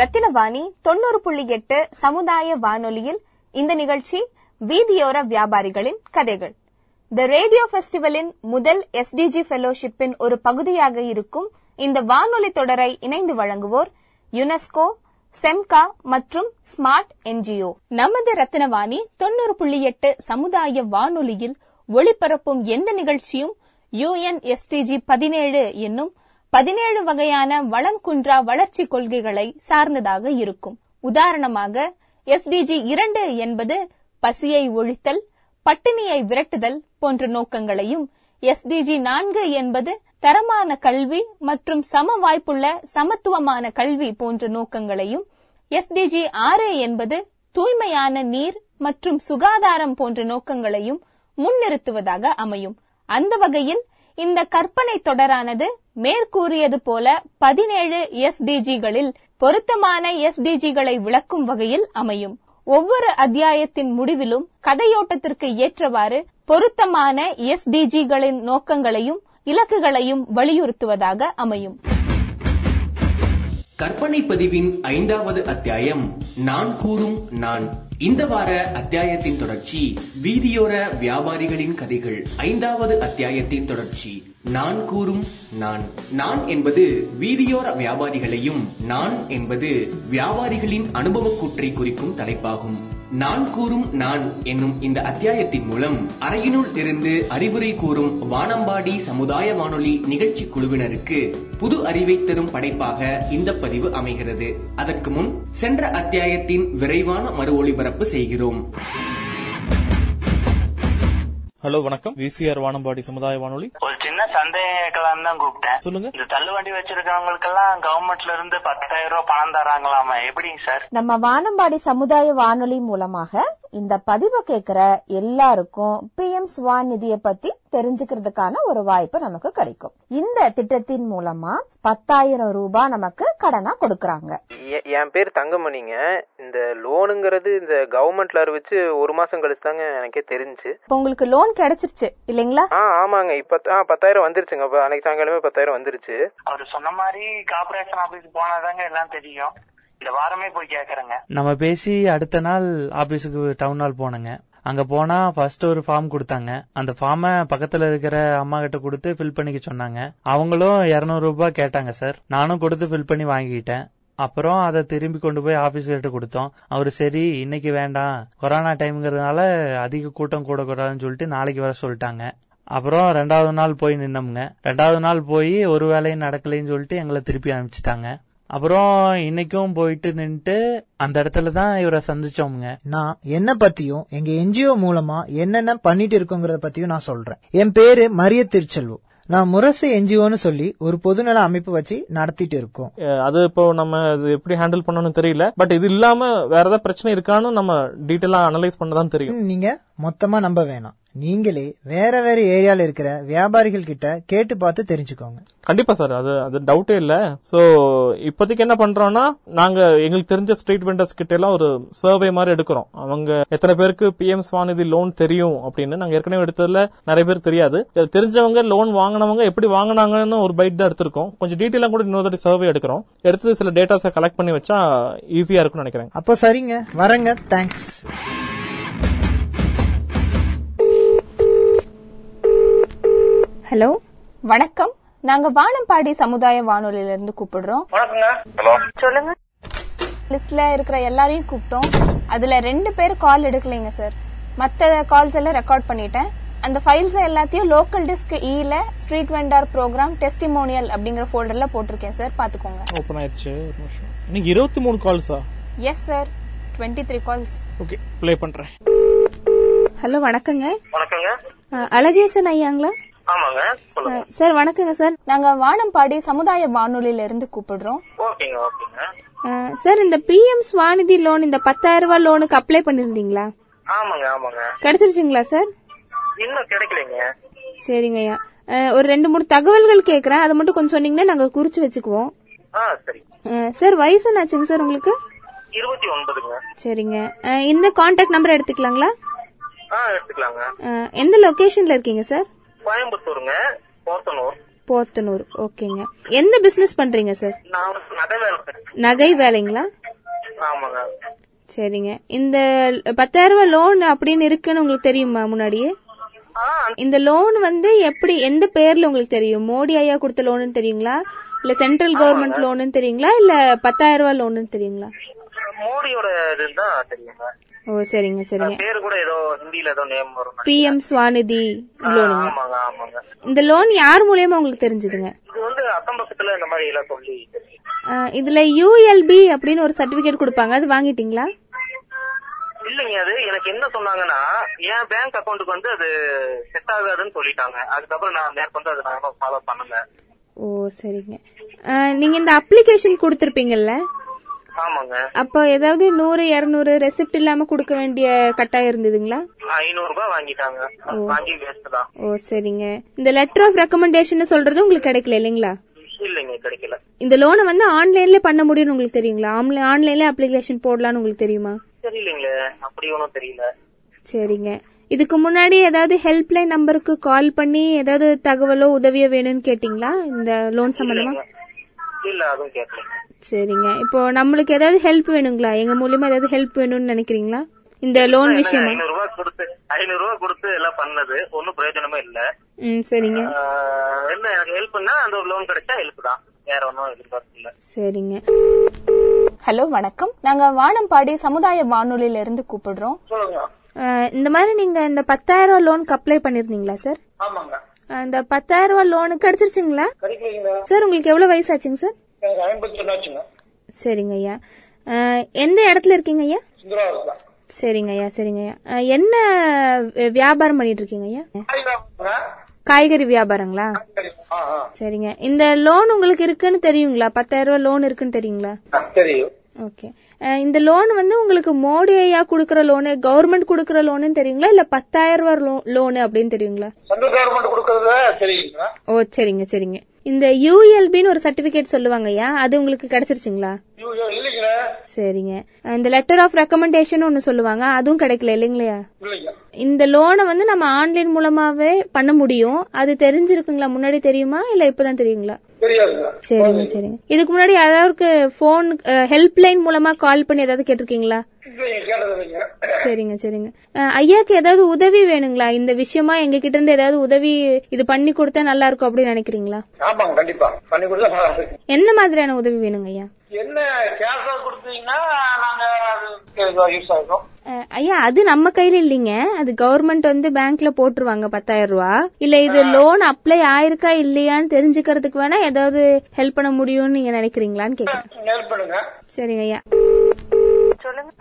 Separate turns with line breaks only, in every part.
ரத்தினவாணி தொண்ணூறு புள்ளி எட்டு சமுதாய வானொலியில் இந்த நிகழ்ச்சி வீதியோர வியாபாரிகளின் கதைகள் த ரேடியோ ஃபெஸ்டிவலின் முதல் எஸ்டிஜி ஃபெலோஷிப்பின் ஒரு பகுதியாக இருக்கும் இந்த வானொலி தொடரை இணைந்து வழங்குவோர் யுனெஸ்கோ செம்கா மற்றும் ஸ்மார்ட் என்ஜிஓ நமது ரத்தினவாணி தொண்ணூறு புள்ளி எட்டு சமுதாய வானொலியில் ஒளிபரப்பும் எந்த நிகழ்ச்சியும் யுஎன்எஸ்டிஜி பதினேழு என்னும் பதினேழு வகையான வளம் குன்றா வளர்ச்சி கொள்கைகளை சார்ந்ததாக இருக்கும் உதாரணமாக எஸ்டிஜி இரண்டு என்பது பசியை ஒழித்தல் பட்டினியை விரட்டுதல் போன்ற நோக்கங்களையும் எஸ்டிஜி நான்கு என்பது தரமான கல்வி மற்றும் சம வாய்ப்புள்ள சமத்துவமான கல்வி போன்ற நோக்கங்களையும் எஸ்டிஜி ஆறு என்பது தூய்மையான நீர் மற்றும் சுகாதாரம் போன்ற நோக்கங்களையும் முன்னிறுத்துவதாக அமையும் அந்த வகையில் இந்த கற்பனை தொடரானது மேற்கூறியது போல பதினேழு எஸ்டிஜிகளில் பொருத்தமான எஸ்டிஜிகளை விளக்கும் வகையில் அமையும் ஒவ்வொரு அத்தியாயத்தின் முடிவிலும் கதையோட்டத்திற்கு ஏற்றவாறு பொருத்தமான எஸ்டிஜிகளின் நோக்கங்களையும் இலக்குகளையும் வலியுறுத்துவதாக அமையும்
கற்பனை பதிவின் ஐந்தாவது அத்தியாயம் நான் கூறும் நான் இந்த வார அத்தியாயத்தின் தொடர்ச்சி வீதியோர வியாபாரிகளின் கதைகள் ஐந்தாவது அத்தியாயத்தின் தொடர்ச்சி நான் கூறும் நான் நான் என்பது வீதியோர வியாபாரிகளையும் நான் என்பது வியாபாரிகளின் அனுபவ கூற்றை குறிக்கும் தலைப்பாகும் நான் கூறும் நான் என்னும் இந்த அத்தியாயத்தின் மூலம் அறையினுள் இருந்து அறிவுரை கூறும் வானம்பாடி சமுதாய வானொலி நிகழ்ச்சி குழுவினருக்கு புது அறிவை தரும் படைப்பாக இந்த பதிவு அமைகிறது அதற்கு முன் சென்ற அத்தியாயத்தின் விரைவான மறு ஒளிபரப்பு செய்கிறோம்
ஹலோ வணக்கம் விசிஆர் வானம்பாடி சமுதாய வானொலி
ஒரு சின்ன சந்தேகம் கேட்கலாம் தான் கூப்பிட்டேன்
சொல்லுங்க
இந்த தள்ளுவண்டி வச்சிருக்கவங்களுக்கெல்லாம் கவர்மெண்ட்ல இருந்து பத்தாயிரம் ரூபாய் பணம் தராங்களாமா எப்படிங்க சார்
நம்ம வானம்பாடி சமுதாய வானொலி மூலமாக இந்த பதிவை கேட்கிற எல்லாருக்கும் பிஎம் ஸ்வான் நிதிய பத்தி தெரிஞ்சுக்கிறதுக்கான ஒரு வாய்ப்பு நமக்கு கிடைக்கும் இந்த திட்டத்தின் மூலமா பத்தாயிரம் ரூபாய் நமக்கு கடனா கொடுக்கறாங்க
எ- என் பேர் தங்கமணிங்க இந்த லோனுங்கிறது இந்த கவர்மெண்ட்ல அறிவிச்சு ஒரு மாசம் கழிச்சு தாங்க எனக்கே தெரிஞ்சு
இப்போ உங்களுக்கு லோன் கிடைச்சிருச்சு இல்லைங்களா
ஆ ஆமாங்க இப்ப ஆ பத்தாயிரம் வந்துருச்சுங்க இப்ப அன்னைக்கு சாயங்காலமே பத்தாயிரம் வந்துருச்சு
அவர் சொன்ன மாதிரி கார்பரேஷன் ஆபீஸ் போனாதாங்க எல்லாம் தெரியும் இந்த வாரமே போய் கேக்குறேங்க
நம்ம பேசி அடுத்த நாள் ஆபீஸுக்கு டவுன் ஹால் போனேங்க அங்க போனா ஃபர்ஸ்ட் ஒரு ஃபார்ம் கொடுத்தாங்க அந்த ஃபார்மை பக்கத்துல இருக்கிற அம்மா கிட்ட கொடுத்து ஃபில் பண்ணிக்க சொன்னாங்க அவங்களும் 200 ரூபாய் கேட்டாங்க சார் நானும் கொடுத்து ஃபில் பண்ணி வாங்கிக்கிட்டேன் அப்புறம் அதை திரும்பி கொண்டு போய் ஆபீஸ்கிட்ட கொடுத்தோம் அவரு சரி இன்னைக்கு வேண்டாம் கொரோனா டைம்ங்கிறதுனால அதிக கூட்டம் கூடக்கூடாதுன்னு சொல்லிட்டு நாளைக்கு வர சொல்லிட்டாங்க அப்புறம் ரெண்டாவது நாள் போய் நின்னோம்ங்க ரெண்டாவது நாள் போய் ஒரு வேலையும் நடக்கலைன்னு சொல்லிட்டு எங்களை திருப்பி அனுப்பிச்சிட்டாங்க அப்புறம் இன்னைக்கும் போயிட்டு நின்னுட்டு அந்த இடத்துல தான் இவரை சந்திச்சோம்ங்க
நான் என்ன பத்தியும் எங்க என்ஜிஓ மூலமா என்னென்ன பண்ணிட்டு இருக்கோங்கறத பத்தியும் நான் சொல்றேன் என் பேரு மரிய திருச்செல்வு நான் முரசு என்ஜிஓன்னு சொல்லி ஒரு பொதுநல அமைப்பு வச்சு நடத்திட்டு இருக்கோம்
அஹ் அது இப்போ நம்ம அது எப்படி ஹேண்டில் பண்ணணும்னு தெரியல பட் இது இல்லாம வேற ஏதாவது பிரச்சனை இருக்கான்னு நம்ம டீட்டெயிலா அனலைஸ் பண்ணதான் தெரியும்
ம், நீங்க மொத்தமா நம்ப வேணாம் நீங்களே வேற வேற ஏரியால இருக்கிற வியாபாரிகள் கிட்ட கேட்டு பார்த்து தெரிஞ்சுக்கோங்க
கண்டிப்பா சார் அது அது டவுட்டே இல்ல சோ இப்போதைக்கு என்ன பண்றோம்னா நாங்க எங்களுக்கு தெரிஞ்ச ஸ்ட்ரீட் வெண்டர்ஸ் கிட்ட எல்லாம் ஒரு சர்வே மாதிரி எடுக்கிறோம் அவங்க எத்தனை பேருக்கு பிஎம் ஸ்வாநிதி லோன் தெரியும் அப்படின்னு நாங்க ஏற்கனவே எடுத்ததுல நிறைய பேர் தெரியாது தெ- தெரிஞ்சவங்க லோன் வாங்கினவங்க எப்படி வாங்கினாங்கன்னு ஒரு பைட் தான் எடுத்திருக்கோம் கொஞ்சம் டீட்டெயிலாக கூட இன்னொரு தடவை சர்வே எடுக்கிறோம் எடுத்து சில டேட்டாஸை கலெக்ட் பண்ணி வச்சா ஈஸியா இருக்கும்னு நினைக்கிறேன்
அப்போ சரிங்க வரங்க தேங்க்ஸ்
ஹலோ வணக்கம் நாங்க வானம்பாடி சமுதாய வானொலியில இருந்து கூப்பிடுறோம்
சொல்லுங்க
லிஸ்ட்ல இருக்கிற எல்லாரையும் கூப்பிட்டோம் அதுல ரெண்டு பேர் கால் எடுக்கலைங்க சார் மத்த கால்ஸ் எல்லாம் ரெக்கார்ட் பண்ணிட்டேன் அந்த ஃபைல்ஸ் எல்லாத்தையும் லோக்கல் டிஸ்க் ல ஸ்ட்ரீட் வெண்டார் ப்ரோக்ராம் டெஸ்டிமோனியல் அப்படிங்கிற ஃபோல்டர்ல போட்டிருக்கேன் சார் பாத்துக்கோங்க
ஓப்பன் ஆயிடுச்சு ஒரு நிமிஷம் இன்னைக்கு இருபத்தி மூணு கால்ஸா
yes sir twenty three calls
okay play பண்றேன்
ஹலோ வணக்கங்க
வணக்கங்க
அஹ், அழகேசன் ஐயாங்களா
ஆமாங்க சொல்லுங்க
அஹ், சார் வணக்கங்க சார்
நாங்க வானம்பாடி சமுதாய வானொலியில இருந்து கூப்பிடுறோம்
ஓகேங்க ஓகேங்க
அஹ், சார் இந்த பிஎம் ஸ்வாநிதி லோன் இந்த பத்தாயிரம் ரூபாய் லோனுக்கு அப்ளை பண்ணிருந்தீங்களா
ஆமாங்க ஆமாங்க
கிடைச்சிருச்சுங்களா சார்
இன்னும் கிடைக்கலைங்க
சரிங்க ஐயா அஹ், ஒரு ரெண்டு மூணு தகவல்கள் கேட்கறேன் அது மட்டும் கொஞ்சம் சொன்னீங்கன்னா நாங்க குறிச்சு வச்சுக்குவோம்
ஆ சரி
அஹ், சார் வயசு என்னாச்சுங்க சார் உங்களுக்கு
இருபத்தி ஒன்பதுங்க
சரிங்க அஹ், இந்த கான்டாக்ட் நம்பர் எடுத்துக்கலாங்களா
ஆ எடுத்துக்கலாங்க
அஹ், எந்த லொகேஷன்ல இருக்கீங்க சார்
கோயம்புத்தூருங்க போத்தனூர்
போத்தனூர் ஓகேங்க எந்த பிசினஸ் பண்றீங்க சார்
நான் வந்து நகை வேலை செய்றேன்.
நகை வேலைங்களா
ஆமாங்க
சரிங்க இந்த பத்தாயிரம் ரூபாய் லோன் அப்படின்னு இருக்குன்னு உங்களுக்கு தெரியுமா முன்னாடியே இந்த லோன் வந்து எப்படி எந்த பேர்ல உங்களுக்கு தெரியும் மோடி ஐயா கொடுத்த லோனு தெரியுங்களா இல்ல சென்ட்ரல் கவர்மெண்ட் லோனு தெரியுங்களா இல்ல பத்தாயிரம் ரூபாய் லோனு தெரியுங்களா
மோடியோட இதுதான் தெரியுங்க
ஓ சரிங்க சரிங்க
பேரு கூட ஏதோ ஹிந்தில ஏதோ நேம் வரும்
பிஎம் ஸ்வாநிதி
ஆ,
லோனுங்க
ஆமாங்க ஆமாங்க
இந்த லோன் யார் மூலியமா உங்களுக்கு தெரிஞ்சதுங்க
இது வந்து அக்கம் பக்கத்துல இந்த மாதிரி எல்லாம் சொல்லி தெரியும்.
அஹ், இதுல யூஎல்பி அப்படின்னு ஒரு சர்டிபிகேட் கொடுப்பாங்க அது வாங்கிட்டீங்களா
இல்லைங்க அது எனக்கு என்ன சொன்னாங்கன்னா என் பேங்க் அக்கவுண்ட்க்கு வந்து அது செட் ஆகாதுன்னு சொல்லிட்டாங்க அதுக்கப்புறம் நான் மேற்கொண்டு அதை நான் ஃபாலோ பண்ணுங்க
ஓ சரிங்க அஹ், நீங்க இந்த அப்ளிகேஷன் கொடுத்திருப்பீங்கல்ல
ஆமாங்க
அப்ப ஏதாவது நூறு இருநூறு ரெசிப்ட் இல்லாம கொடுக்க வேண்டிய கட்டாயம் இருந்ததுங்களா
ஐநூறு ரூபாய் வாங்கிட்டாங்க வாங்கி வேஸ்ட் தான்
ஓ சரிங்க இந்த லெட்டர் ஆஃப் ரெக்கமெண்டேஷன் சொல்றது உங்களுக்கு கிடைக்கல இல்லைங்களா
இல்லைங்க கிடைக்கல
இந்த லோனை வந்து ஆன்லைன்ல பண்ண முடியும்னு உங்களுக்கு தெரியுங்களா ஆன்லைன்ல அப்ளிகேஷன் போடலாம்னு உங்களுக்கு தெரியுமா
தெரியலீங்களே அப்படி ஒன்றும் தெரியல
சரிங்க இதுக்கு முன்னாடி ஏதாவது ஹெல்ப்லைன் நம்பருக்கு கால் பண்ணி ஏதாவது தகவலோ உதவியோ வேணும்னு கேட்டீங்களா இந்த லோன் சம்பந்தமா
இல்லைங்க. இல்ல அதுவும் கேட்கல
சரிங்க இப்போ நம்மளுக்கு ஏதாவது ஹெல்ப் வேணுங்களா எங்க மூலியமா ஏதாவது ஹெல்ப் வேணும்னு நினைக்கிறீங்களா இந்த லோன் விஷயமா
ஐநூறு ரூபாய் கொடுத்து ஐநூறு ரூபாய் கொடுத்து எல்லாம் பண்ணது ஒன்னும் பிரயோஜனமே இல்ல
ம் சரிங்க
ஆஹ், என்ன எனக்கு ஹெல்ப்னா அந்த ஒரு லோன் கிடைச்சா ஹெல்ப் தான் வேற ஒன்றும் எதிர்பார்க்கல
சரிங்க
ஹலோ வணக்கம் நாங்க வானம்பாடி சமுதாய வானொலியில இருந்து கூப்பிடுறோம்
சொல்லுங்க
அஹ், இந்த மாதிரி நீங்க இந்த பத்தாயிரம் ரூபாய் லோனுக்கு அப்ளை பண்ணிருந்தீங்களா சார்
ஆமாங்க
அஹ், இந்த பத்தாயிரம் ரூபாய் லோனு கிடைச்சிருச்சுங்களா
கிடைக்கலீங்க
சார் உங்களுக்கு எவ்வளவு வயசாச்சுங்க சார்
எனக்கு ஐம்பத்தி ஒன்னாச்சுங்க
சரிங்க ஐயா அஹ், எந்த இடத்துல இருக்கீங்க ஐயா
சுந்தரவாரம் தான்
சரிங்க ஐயா சரிங்க ஐயா அஹ், என்ன வி- வியாபாரம் பண்ணிட்டு இருக்கீங்க ஐயா காய்கறி வியாபாரங்களா சரிங்க இந்த லோன் உங்களுக்கு இருக்குன்னு தெரியுங்களா பத்தாயிரம் ரூபாய் லோன் இருக்குன்னு தெரியுங்களா
தெரியும்
ஓகே அஹ், இந்த லோன் வந்து உங்களுக்கு மோடி ஐயா கொடுக்கற லோனு கவர்மெண்ட் கொடுக்கற லோனு தெரியுங்களா இல்ல பத்தாயிரம் ரூபாய் லோ- லோனு அப்படின்னு தெரியுங்களா
சென்ட்ரல் கவர்மெண்ட் கொடுக்கறத தெரியுங்க
ஓ சரிங்க சரிங்க இந்த யூஎல்பின்னு ஒரு சர்டிபிகேட் சொல்லுவாங்க ஐயா அது உங்களுக்கு கிடைச்சிருச்சுங்களா
இல்லைங்க
சரிங்க அஹ், இந்த லெட்டர் ஆஃப் ரெக்கமெண்டேஷன் ஒன்னு சொல்லுவாங்க அதுவும் கிடைக்கல இல்லைங்களா
இல்லைங்க
இந்த லோனை வந்து நம்ம ஆன்லைன் மூலமாவே பண்ண முடியும் அது தெரிஞ்சிருக்குங்களா முன்னாடி தெரியுமா இல்ல இப்பதான் தெரியுங்களா
தெரியாதுங்க
சரிங்க சரிங்க இதுக்கு முன்னாடி யாராவது போன் ஹெல்ப்லைன் மூலமா கால் பண்ணி ஏதாவது கேட்டிருக்கீங்களா
இல்லைங்க கேட்டதில்லைங்க
சரிங்க சரிங்க அஹ், ஐயாக்கு ஏதாவது உதவி வேணுங்களா இந்த விஷயமா எங்க கிட்ட இருந்து ஏதாவது உதவி இது பண்ணி கொடுத்தா நல்லா இருக்கும் அப்படின்னு நினைக்கிறீங்களா
ஆமாங்க கண்டிப்பா பண்ணி கொடுத்தா நல்லா இருக்கு
எந்த மாதிரியான உதவி வேணுங்க ஐயா
என்ன கேஷா கொடுத்தீங்கன்னா நாங்க அது யூஸ் ஆகும்
அஹ், ஐயா அது நம்ம கையில இல்லைங்க அது கவர்மெண்ட் வந்து பேங்க்ல போட்டுருவாங்க பத்தாயிரம் ரூபா இல்ல இது லோன் அப்ளை ஆயிருக்கா இல்லையான்னு தெரிஞ்சுக்கிறதுக்கு வேணா ஏதாவது ஹெல்ப் பண்ண முடியும்னு நீங்க நினைக்கிறீங்களான்னு கேக்குறேன்
ஹெல்ப் பண்ணுங்க
சரிங்க ஐயா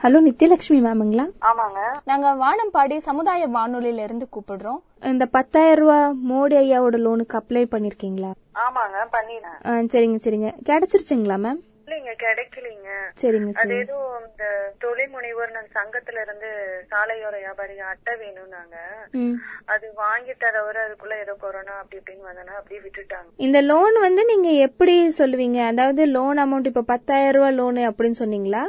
ஹலோ நித்யலட்சுமி மேமுங்களா
ஆமாங்க
நாங்க வானம்பாடி சமுதாய வானொலியில இருந்து கூப்பிடுறோம்
இந்த பத்தாயிரம் ரூபா மோடி ஐயாவோட லோனுக்கு அப்ளை பண்ணிருக்கீங்களா
ஆமாங்க பண்ணினேன்
அஹ், சரிங்க சரிங்க கிடைச்சிருச்சுங்களா மேம்
இல்லைங்க கிடைக்கலீங்க
சரிங்க
அது
சரிங்க
ஏதோ இந்த தொழில் முனைவோர் நன் சங்கத்துல இருந்து சாலையோர வியாபாரிக அட்டை வேணும்னாங்க
ம்.
அது வாங்கி தரவரை அதுக்குள்ள ஏதோ கொரோனா அப்படி இப்படின்னு வந்தனா அப்படியே விட்டுட்டாங்க
இந்த லோன் வந்து நீங்க எப்படி சொல்லுவீங்க அதாவது லோன் அமௌண்ட் இப்ப பத்தாயிரம் ரூபாய் லோனு அப்படின்னு சொன்னீங்களா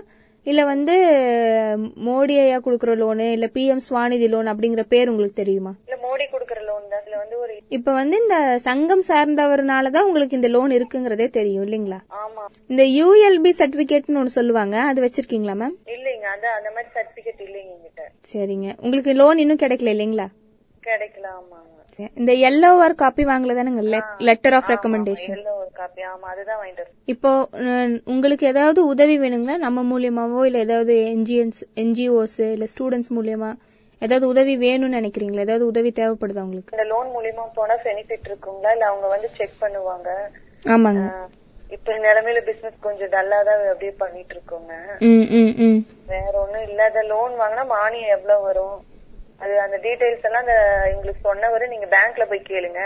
இல்ல வந்து அஹ், மோடி ஐயா குடுக்கற லோனு இல்ல பிஎம் ஸ்வாநிதி லோன் அப்படிங்கிற பேர் உங்களுக்கு தெரியுமா
இல்ல மோடி கொடுக்கற லோன் தான் அதுல வந்து ஒரு
இப்ப வந்து இந்த சங்கம் சார்ந்தவர்னால தான் உங்களுக்கு இந்த லோன் இருக்குங்கறதே தெரியும் இல்லைங்களா
ஆமா
இந்த யூஎல்பி சர்டிபிகேட்னு ஒன்னு சொல்லுவாங்க அது வச்சிருக்கீங்களா மேம்
இல்லைங்க அந்த அந்த மாதிரி சர்டிபிகேட் இல்லைங்க என்கிட்ட
சரிங்க உங்களுக்கு லோன் இன்னும் கிடைக்கல இல்லைங்களா
கிடைக்கல ஆமாங்க
சரி. இந்த எல்லோ ஒரு காப்பி வாங்கலதானுங்க லெட்டர் ஆஃப் ரெக்கமெண்டேஷன்
எல்லாம் ஒரு காப்பி ஆமா அதுதான் வாங்கிட்டு வரேன்.
இப்போ அஹ், உங்களுக்கு ஏதாவது உதவி வேணுங்களா நம்ம மூலியமாவோ இல்ல ஏதாவது என்ஜிஎன்ஸ் என்ஜிஓஸ் இல்ல ஸ்டூடெண்ட்ஸ் மூலியமா ஏதாவது உதவி வேணும்னு நினைக்கிறீங்களா ஏதாவது உதவி தேவைப்படுதா உங்களுக்கு
இந்த லோன் மூலியமா போனா பெனிஃபிட் இருக்குங்களா இல்ல அவங்க வந்து செக் பண்ணுவாங்க
ஆமாங்க
ஆஹ், இப்ப நிலைமையில பிசினஸ் கொஞ்சம் டல்லா தான் அப்படியே பண்ணிட்டு இருக்கோங்க
ம் ம் ம்
வேற ஒண்ணும் இல்லாத லோன் வாங்கினா மானியம் எவ்வளவு வரும் அது அந்த டீடைல்ஸ் எல்லாம் அந்த எங்களுக்கு சொன்னவரு நீங்க பேங்க்ல போய் கேளுங்க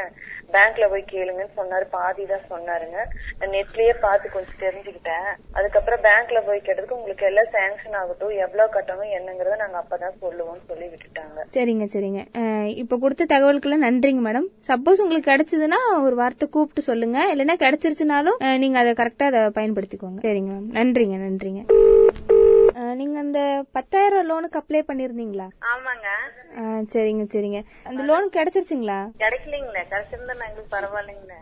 பேங்க்ல போய் கேளுங்கன்னு சொன்னாரு பாதி தான் சொன்னாருங்க நான் நெட்லயே பார்த்து கொஞ்சம் தெரிஞ்சுக்கிட்டேன் அதுக்கப்புறம் பேங்க்ல போய் கேட்டதுக்கு உங்களுக்கு எல்லாம் சாங்ஷன் ஆகட்டும் எவ்வளவு கட்டணும் என்னங்கறத நாங்க அப்பதான் சொல்லுவோம்னு சொல்லி விட்டுட்டாங்க
சரிங்க சரிங்க அஹ், இப்ப கொடுத்த தகவலுக்குலாம் நன்றிங்க மேடம் சப்போஸ் உங்களுக்கு கிடைச்சதுன்னா ஒரு வார்த்தை கூப்பிட்டு சொல்லுங்க இல்லைன்னா கிடைச்சிருச்சுனாலும் அஹ், நீங்க அதை கரெக்டா அதை பயன்படுத்திக்கோங்க சரிங்க மேம் நன்றிங்க நன்றிங்க
அஹ், நீங்க அந்த பத்தாயிரம் லோனுக்கு அப்ளை பண்ணிருந்தீங்களா
ஆமாங்க
அஹ், சரிங்க சரிங்க அந்த லோன் கிடைச்சிருச்சுங்களா
கிடைக்கலீங்களே கிடைச்சிருந்தா எங்களுக்கு பரவாயில்லைங்களே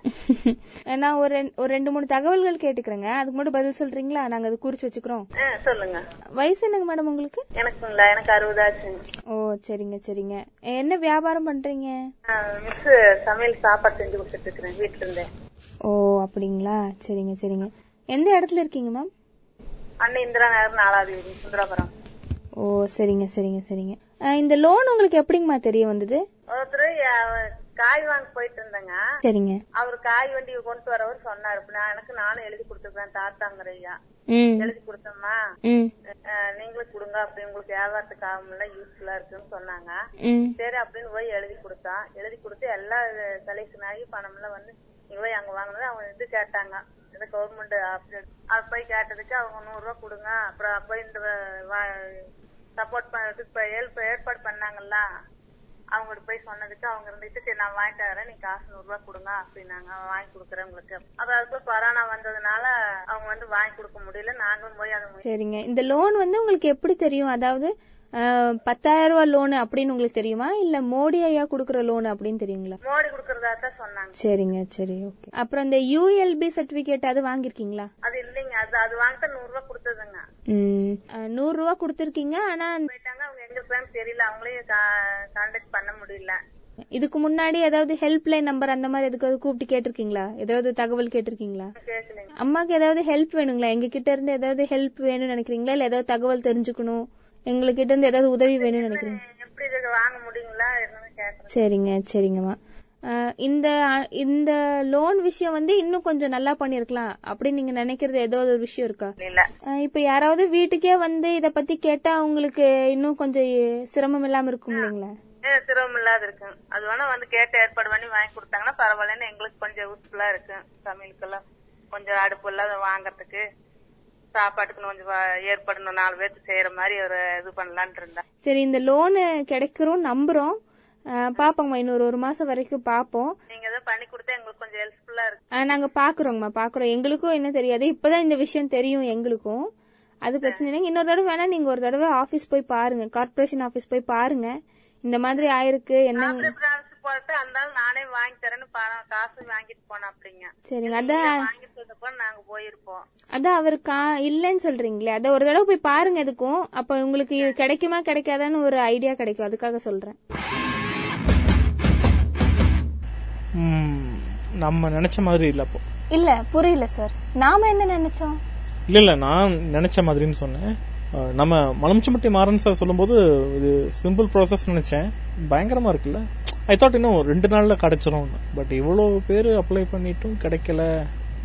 நான் ஒரு ரெண்- ஒரு ரெண்டு மூணு தகவல்கள் கேட்டுக்கிறேங்க அதுக்கு மட்டும் பதில் சொல்றீங்களா நாங்க அது குறிச்சு வச்சுக்கிறோம்
ஆ, சொல்லுங்க
வயசு என்னங்க மேடம் உங்களுக்கு
எனக்குங்களா எனக்கு அறுபதாச்சுங்க
ஓ சரிங்க சரிங்க என்ன வியாபாரம் பண்றீங்க
மிஸ் சமையல் சாப்பாடு செஞ்சு கொடுத்துட்டு இருக்கிறேன் வீட்டுல இருந்தே
ஓ அப்படிங்களா சரிங்க சரிங்க எந்த இடத்துல இருக்கீங்க மேம்
அண்ணன் இந்திரா நகர் நாலாவது வீடு சுந்தராபுரம்
ஓ சரிங்க சரிங்க சரிங்க அஹ், இந்த லோன் உங்களுக்கு எப்படிங்கம்மா தெரிய வந்தது
ஒருத்தர் அஹ், காய் வாங்க போயிட்டு இருந்தேங்க
சரிங்க
அவர் காய் வண்டி கொண்டு வரவர் சொன்னாரு இப்ப நான் எனக்கு நானும் எழுதி கொடுத்துருக்கேன் தாத்தாங்கிற ஐயா
ம்.
எழுதி கொடுத்தோம்மா
ம்.
அஹ், நீங்களும் கொடுங்க அப்படி உங்களுக்கு வியாபாரத்துக்கு ஆகும்ல யூஸ்ஃபுல்லா இருக்குன்னு சொன்னாங்க
ம்.
சரி அப்படின்னு போய் எழுதி கொடுத்தான் எழுதி கொடுத்து எல்லா கலெக்ஷன் ஆகி பணம் எல்லாம் வந்து நீங்க போய் அங்க வாங்கினது அவங்க இது கேட்டாங்க இந்த கவர்மெண்ட் ஆப்ஷன் அது போய் கேட்டதுக்கு அவங்க நூறு ரூபா கொடுங்க அப்புறம் அப்ப இந்த சப்போர்ட் பண்றதுக்கு இப்ப ஏற்ப- ஏற்பாடு பண்ணாங்கல்ல அவங்கள்ட்ட போய் சொன்னதுக்கு அவங்க இருந்துட்டு சரி நான் வாங்கிட்டு வரேன் நீ காசு நூறு ரூபா கொடுங்க அப்படின்னாங்க "அவன் வாங்கி கொடுக்குறேன் உங்களுக்கு அப்புறம் அதுக்குள்ள கொரோனா வந்ததுனால அவங்க வந்து வாங்கி கொடுக்க முடியல நாங்களும் போய் அதை
சரிங்க இந்த லோன் வந்து உங்களுக்கு எப்படி தெரியும் அதாவது அஹ், பத்தாயிரம் ரூபாய் லோன் அப்படின்னு உங்களுக்கு தெரியுமா இல்ல மோடி ஐயா கொடுக்குற லோன் அப்படின்னு தெரியுங்களா
மோடி கொடுக்கறதா தான் சொன்னாங்க
சரிங்க சரி ஓகே அப்புறம் இந்த யூஎல்பி சர்டிபிகேட் அது வாங்கியிருக்கீங்களா
அது இல்லைங்க அது அது வாங்கிட்டு நூறு ரூபா கொடுத்ததுங்க
ம். அஹ், நூறு ரூபா கொடுத்துருக்கீங்க ஆனா அந்த-
போயிட்டாங்க அவங்க எங்க இருக்கான்னு தெரியல அவங்களையும் கான்டாக்ட் பண்ண முடியல
இதுக்கு முன்னாடி ஏதாவது ஹெல்ப்லைன் நம்பர் அந்த மாதிரி எதுக்காவது கூப்பிட்டு கேட்டிருக்கீங்களா ஏதாவது தகவல் கேட்டிருக்கீங்களா
கேட்கலைங்க
அம்மாக்கு ஏதாவது ஹெல்ப் வேணுங்களா எங்க கிட்ட இருந்து ஏதாவது ஹெல்ப் வேணும்னு நினைக்கிறீங்களா இல்ல ஏதாவது தகவல் தெரிஞ்சுக்கணும் எங்ககிட்ட இருந்து ஏதாவது உதவி வேணும்னு நினைக்கிறீங்க
எப்படி இதுக்கு வாங்க முடியுங்களா என்னன்னு கேட்கறேன்
சரிங்க சரிங்கம்மா அஹ், இந்த இந்த லோன் விஷயம் வந்து இன்னும் கொஞ்சம் நல்லா பண்ணிருக்கலாம் அப்படின்னு நீங்க நினைக்கிறது ஏதோ ஒரு விஷயம் இருக்கா
இல்ல
அஹ், இப்ப யாராவது வீட்டுக்கே வந்து இத பத்தி கேட்டா அவங்களுக்கு இன்னும் கொஞ்சம் சிரமம் இல்லாம இருக்கும் இல்லைங்களா
ஏ, சிரமம் இல்லாத இருக்கு அது வேணா வந்து கேட்டு ஏற்பாடு பண்ணி வாங்கி கொடுத்தாங்கன்னா பரவாயில்லன்னு எங்களுக்கு கொஞ்சம் யூஸ்ஃபுல்லா இருக்கு சமையலுக்கெல்லாம் கொஞ்சம் அடுப்பு இல்லாத வாங்கறதுக்கு சாப்பாட்டுக்கு கொஞ்சம் வா- ஏற்பாடு இன்னும் நாலு பேருக்கு செய்யற மாதிரி ஒரு இது பண்ணலாம்னு இருந்தேன்
சரி இந்த லோனு கிடைக்கிறோம் நம்புறோம் அஹ், பாப்போங்கம்மா இன்னொரு ஒரு மாசம் வரைக்கும் பாப்போம்
நீங்க ஏதோ பண்ணி கொடுத்தா எங்களுக்கு கொஞ்சம் ஹெல்ப்ஃபுல்லா இருக்கு
ஆ, நாங்க பாக்குறோங்கம்மா பாக்குறோம் எங்களுக்கும் என்ன தெரியாது இப்பதான் இந்த விஷயம் தெரியும் எங்களுக்கும் அது பிரச்சனை இல்லைங்க இன்னொரு தடவை வேணா நீங்க ஒரு தடவை ஆபீஸ் போய் பாருங்க கார்ப்பரேஷன் ஆபீஸ் போய் பாருங்க இந்த மாதிரி ஆயிருக்கு என்ன
பிரான்ஸ் போட்டு அந்தாலும் நானே வாங்கி தரேன்னு பணம் காசு வாங்கிட்டு போனேன் அப்படிங்க
சரிங்க அதான்
வாங்கிட்டு வந்தப்போ நாங்க போயிருப்போம்
அதான் அவர் கா இல்லன்னு சொல்றீங்களே அதான் ஒரு தடவை போய் பாருங்க எதுக்கும் அப்ப உங்களுக்கு இது கிடைக்குமா கிடைக்காதான்னு ஒரு ஐடியா கிடைக்கும் அதுக்காக சொல்றேன்
ம், நம்ம நினைச்ச மாதிரி இல்ல அப்போ
இல்ல புரியல சார் நாம என்ன நினைச்சோம்
இல்ல இல்ல நான் நினைச்ச மாதிரின்னு சொன்னேன் அஹ், நம்ம மலம்ச்சம்பட்டி மாறன் சார் சொல்லும்போது இது சிம்பிள் ப்ராசஸ் நினைச்சேன் பயங்கரமா இருக்குல்ல ஐ தாட் இன்னும் ரெண்டு நாள்ல கிடைச்சிரும் பட் இவ்வளோ பேர் அப்ளை பண்ணிட்டும் கிடைக்கல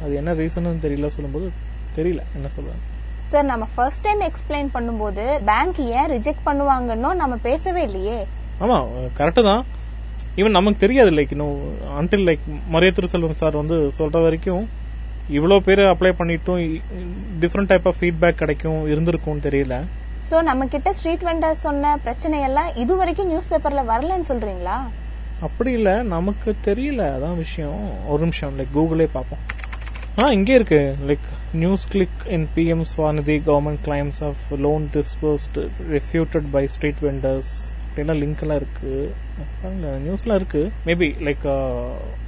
அது என்ன ரீசன்னு தெரியல சொல்லும்போது தெரியல என்ன சொல்றேன்
சார் நம்ம ஃபர்ஸ்ட் டைம் எக்ஸ்பிளைன் பண்ணும்போது பேங்க் ஏன் ரிஜெக்ட் பண்ணுவாங்கன்னு நம்ம பேசவே இல்லையே
ஆமா கரெக்டு தான் ஈவன் நமக்கு தெரியாது லைக் இன்னும் அன்டில் லைக் மரியத்திரு செல்வம் சார் வந்து சொல்ற வரைக்கும் இவ்வளோ பேர் அப்ளை பண்ணிட்டும் டிஃப்ரெண்ட் டைப் ஆஃப் ஃபீட்பேக் கிடைக்கும் இருந்திருக்கும் தெரியல
சோ நம்ம கிட்ட ஸ்ட்ரீட் வெண்டர் சொன்ன பிரச்சனை எல்லாம் இது வரைக்கும் நியூஸ் பேப்பர்ல வரலன்னு சொல்றீங்களா
அப்படி இல்லை நமக்கு தெரியல அதான் விஷயம் ஒரு நிமிஷம் லைக் கூகுளே பார்ப்போம் ஆ இங்கே இருக்கு like news click in PM Svanidhi government claims of loan disbursed refuted by street vendors அப்படின்லாம் link எல்லாம் இருக்கு நியூஸ்லாம் இருக்கு மேபி லைக்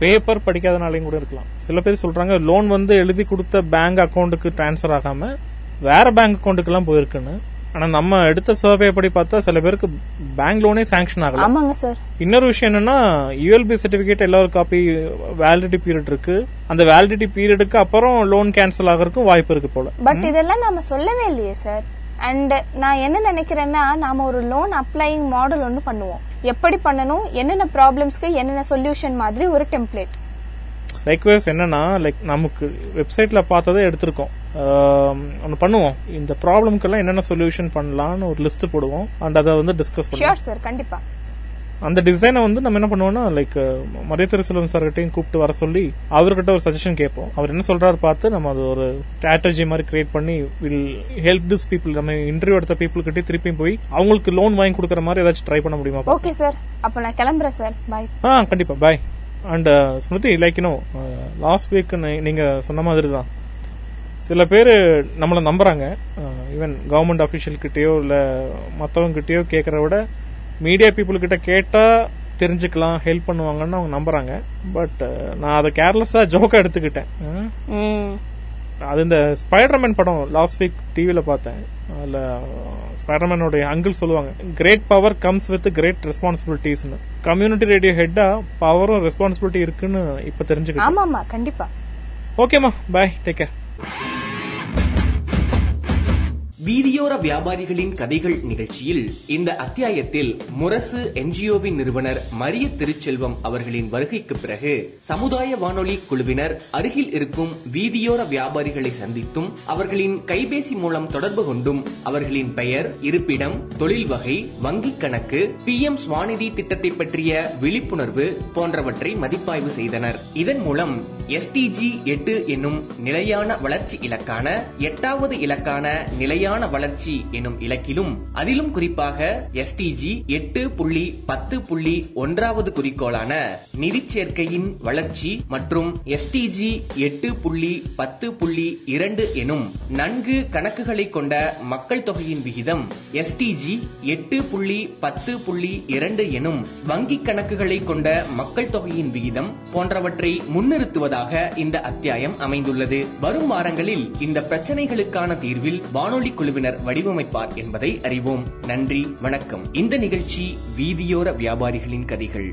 பேப்பர் படிக்காதனாலையும் கூட இருக்கலாம் சில பேர் சொல்றாங்க லோன் வந்து எழுதி கொடுத்த பேங்க் அக்கௌண்ட்டுக்கு டிரான்ஸ்ஃபர் ஆகாம வேற பேங்க் அக்கௌண்ட்டுக்குலாம் போயிருக்குன்னு ஆனா நம்ம எடுத்த சர்வே படி பார்த்தா சில பேருக்கு பேங்க் லோனே சாங்ஷன் ஆகல
ஆமாங்க சார்
இன்னொரு விஷயம் என்னன்னா யூஎல்பி சர்டிபிகேட் எல்லா ஒரு காப்பி வேலிடிட்டி பீரியட் இருக்கு அந்த வேலிடிட்டி பீரியடுக்கு அப்புறம் லோன் கேன்சல் ஆகறதுக்கும் வாய்ப்பு இருக்கு போல
பட் இதெல்லாம் நாம சொல்லவே இல்லையே சார் அண்ட் நான் என்ன நினைக்கிறேன்னா நாம ஒரு லோன் அப்ளையிங் மாடல் ஒன்று பண்ணுவோம் எப்படி பண்ணணும் என்னென்ன ப்ராப்ளம்ஸ்க்கு என்னென்ன சொல்யூஷன் மாதிரி ஒரு டெம்ப்ளேட்
லைக்வைஸ் என்னன்னா லைக் நமக்கு வெப்சைட்ல பார்த்ததே எடுத்திருக்கோம் ஆம், ஒண்ணு பண்ணுவோம் இந்த ப்ராப்ளம்க்கெல்லாம் என்னென்ன சொல்யூஷன் பண்ணலாம்னு ஒரு லிஸ்ட் போடுவோம் அண்ட் அதை வந்து டிஸ்கஸ் பண்ணுவோம்
ஷியோர் சார் கண்டிப்பா
அந்த டிசைனை வந்து நம்ம என்ன பண்ணுவோம்னா லைக் மரியத்திரு செல்வம் சார்கிட்டையும் கூப்பிட்டு வர சொல்லி அவர்கிட்ட ஒரு சஜஷன் கேட்போம் அவர் என்ன சொல்றாரு பார்த்து நம்ம அது ஒரு ஸ்ட்ராட்டஜி மாதிரி கிரியேட் பண்ணி வில் ஹெல்ப் திஸ் பீப்புள் நம்ம இன்டர்வியூ எடுத்த people கிட்டே திருப்பியும் போய் அவங்களுக்கு லோன் வாங்கி கொடுக்குற மாதிரி ஏதாச்சும் ட்ரை பண்ண முடியுமா பார்ப்போம்.
ஓகே சார் அப்ப நான் கிளம்புறேன் சார் பாய்
ஆ கண்டிப்பா பாய் அண்ட் ஸ்மிருதி லைக் இன்னும் லாஸ்ட் வீக் நீங்க சொன்ன மாதிரி தான் சில பேர் நம்மளை நம்புறாங்க Uh, ஈவன் கவர்மெண்ட் அஃபிஷியல் கிட்டயோ இல்ல மத்தவங்க கிட்டயோ கேட்கற விட மீடியா பீப்புள் கிட்ட கேட்டா தெரிஞ்சுக்கலாம் ஹெல்ப் பண்ணுவாங்கன்னு அவங்க நம்புறாங்க பட் நான் அதை கேர்லெஸ்ஸா ஜோக்கா எடுத்துக்கிட்டேன் Uh, அஹ், அது இந்த ஸ்பைடர்மேன் படம் லாஸ்ட் வீக் டிவியில பார்த்தேன் அதுல ஸ்பைடர்மேனோடைய அங்கிள் சொல்லுவாங்க great power comes with great ரெஸ்பான்சிபிலிட்டிஸ்னு கம்யூனிட்டி ரேடியோ ஹெட்டா பவரும் ரெஸ்பான்சிபிலிட்டி இருக்குன்னு இப்ப தெரிஞ்சுக்கிட்டேன்
ஆமா ஆமா கண்டிப்பா
ஓகேம்மா பாய் டேக் கேர்
வீதியோர வியாபாரிகளின் கதைகள் நிகழ்ச்சியில் இந்த அத்தியாயத்தில் முரசு என்ஜிஓவின் நிறுவனர் மரிய திருச்செல்வம் அவர்களின் வருகைக்கு பிறகு சமுதாய வானொலி குழுவினர் அருகில் இருக்கும் வீதியோர வியாபாரிகளை சந்தித்தும் அவர்களின் கைபேசி மூலம் தொடர்பு கொண்டும் அவர்களின் பெயர் இருப்பிடம் தொழில் வகை வங்கிக் கணக்கு பி எம் ஸ்வாநிதி திட்டத்தை பற்றிய விழிப்புணர்வு போன்றவற்றை மதிப்பாய்வு செய்தனர் இதன் மூலம் எஸ்டிஜி எட்டு என்னும் நிலையான வளர்ச்சி இலக்கான எட்டாவது இலக்கான நிலையான வளர்ச்சி எனும் இலக்கிலும் அதிலும் குறிப்பாக எஸ்டிஜி எட்டு புள்ளி பத்து புள்ளி ஒன்றாவது குறிக்கோளான நிதி சேர்க்கையின் வளர்ச்சி மற்றும் எஸ்டிஜி எட்டு புள்ளி பத்து புள்ளி இரண்டு எனும் நன்கு கணக்குகளை கொண்ட மக்கள் தொகையின் விகிதம் எஸ்டிஜி எட்டு புள்ளி பத்து புள்ளி இரண்டு எனும் வங்கிக் கணக்குகளை கொண்ட மக்கள் தொகையின் விகிதம் போன்றவற்றை முன்னிறுத்துவதாக இந்த அத்தியாயம் அமைந்துள்ளது வரும் வாரங்களில் இந்த பிரச்சனைகளுக்கான தீர்வில் வானொலி குழுவினர் வடிவமைப்பார் என்பதை அறிவோம் நன்றி வணக்கம் இந்த நிகழ்ச்சி வீதியோர வியாபாரிகளின் கதைகள்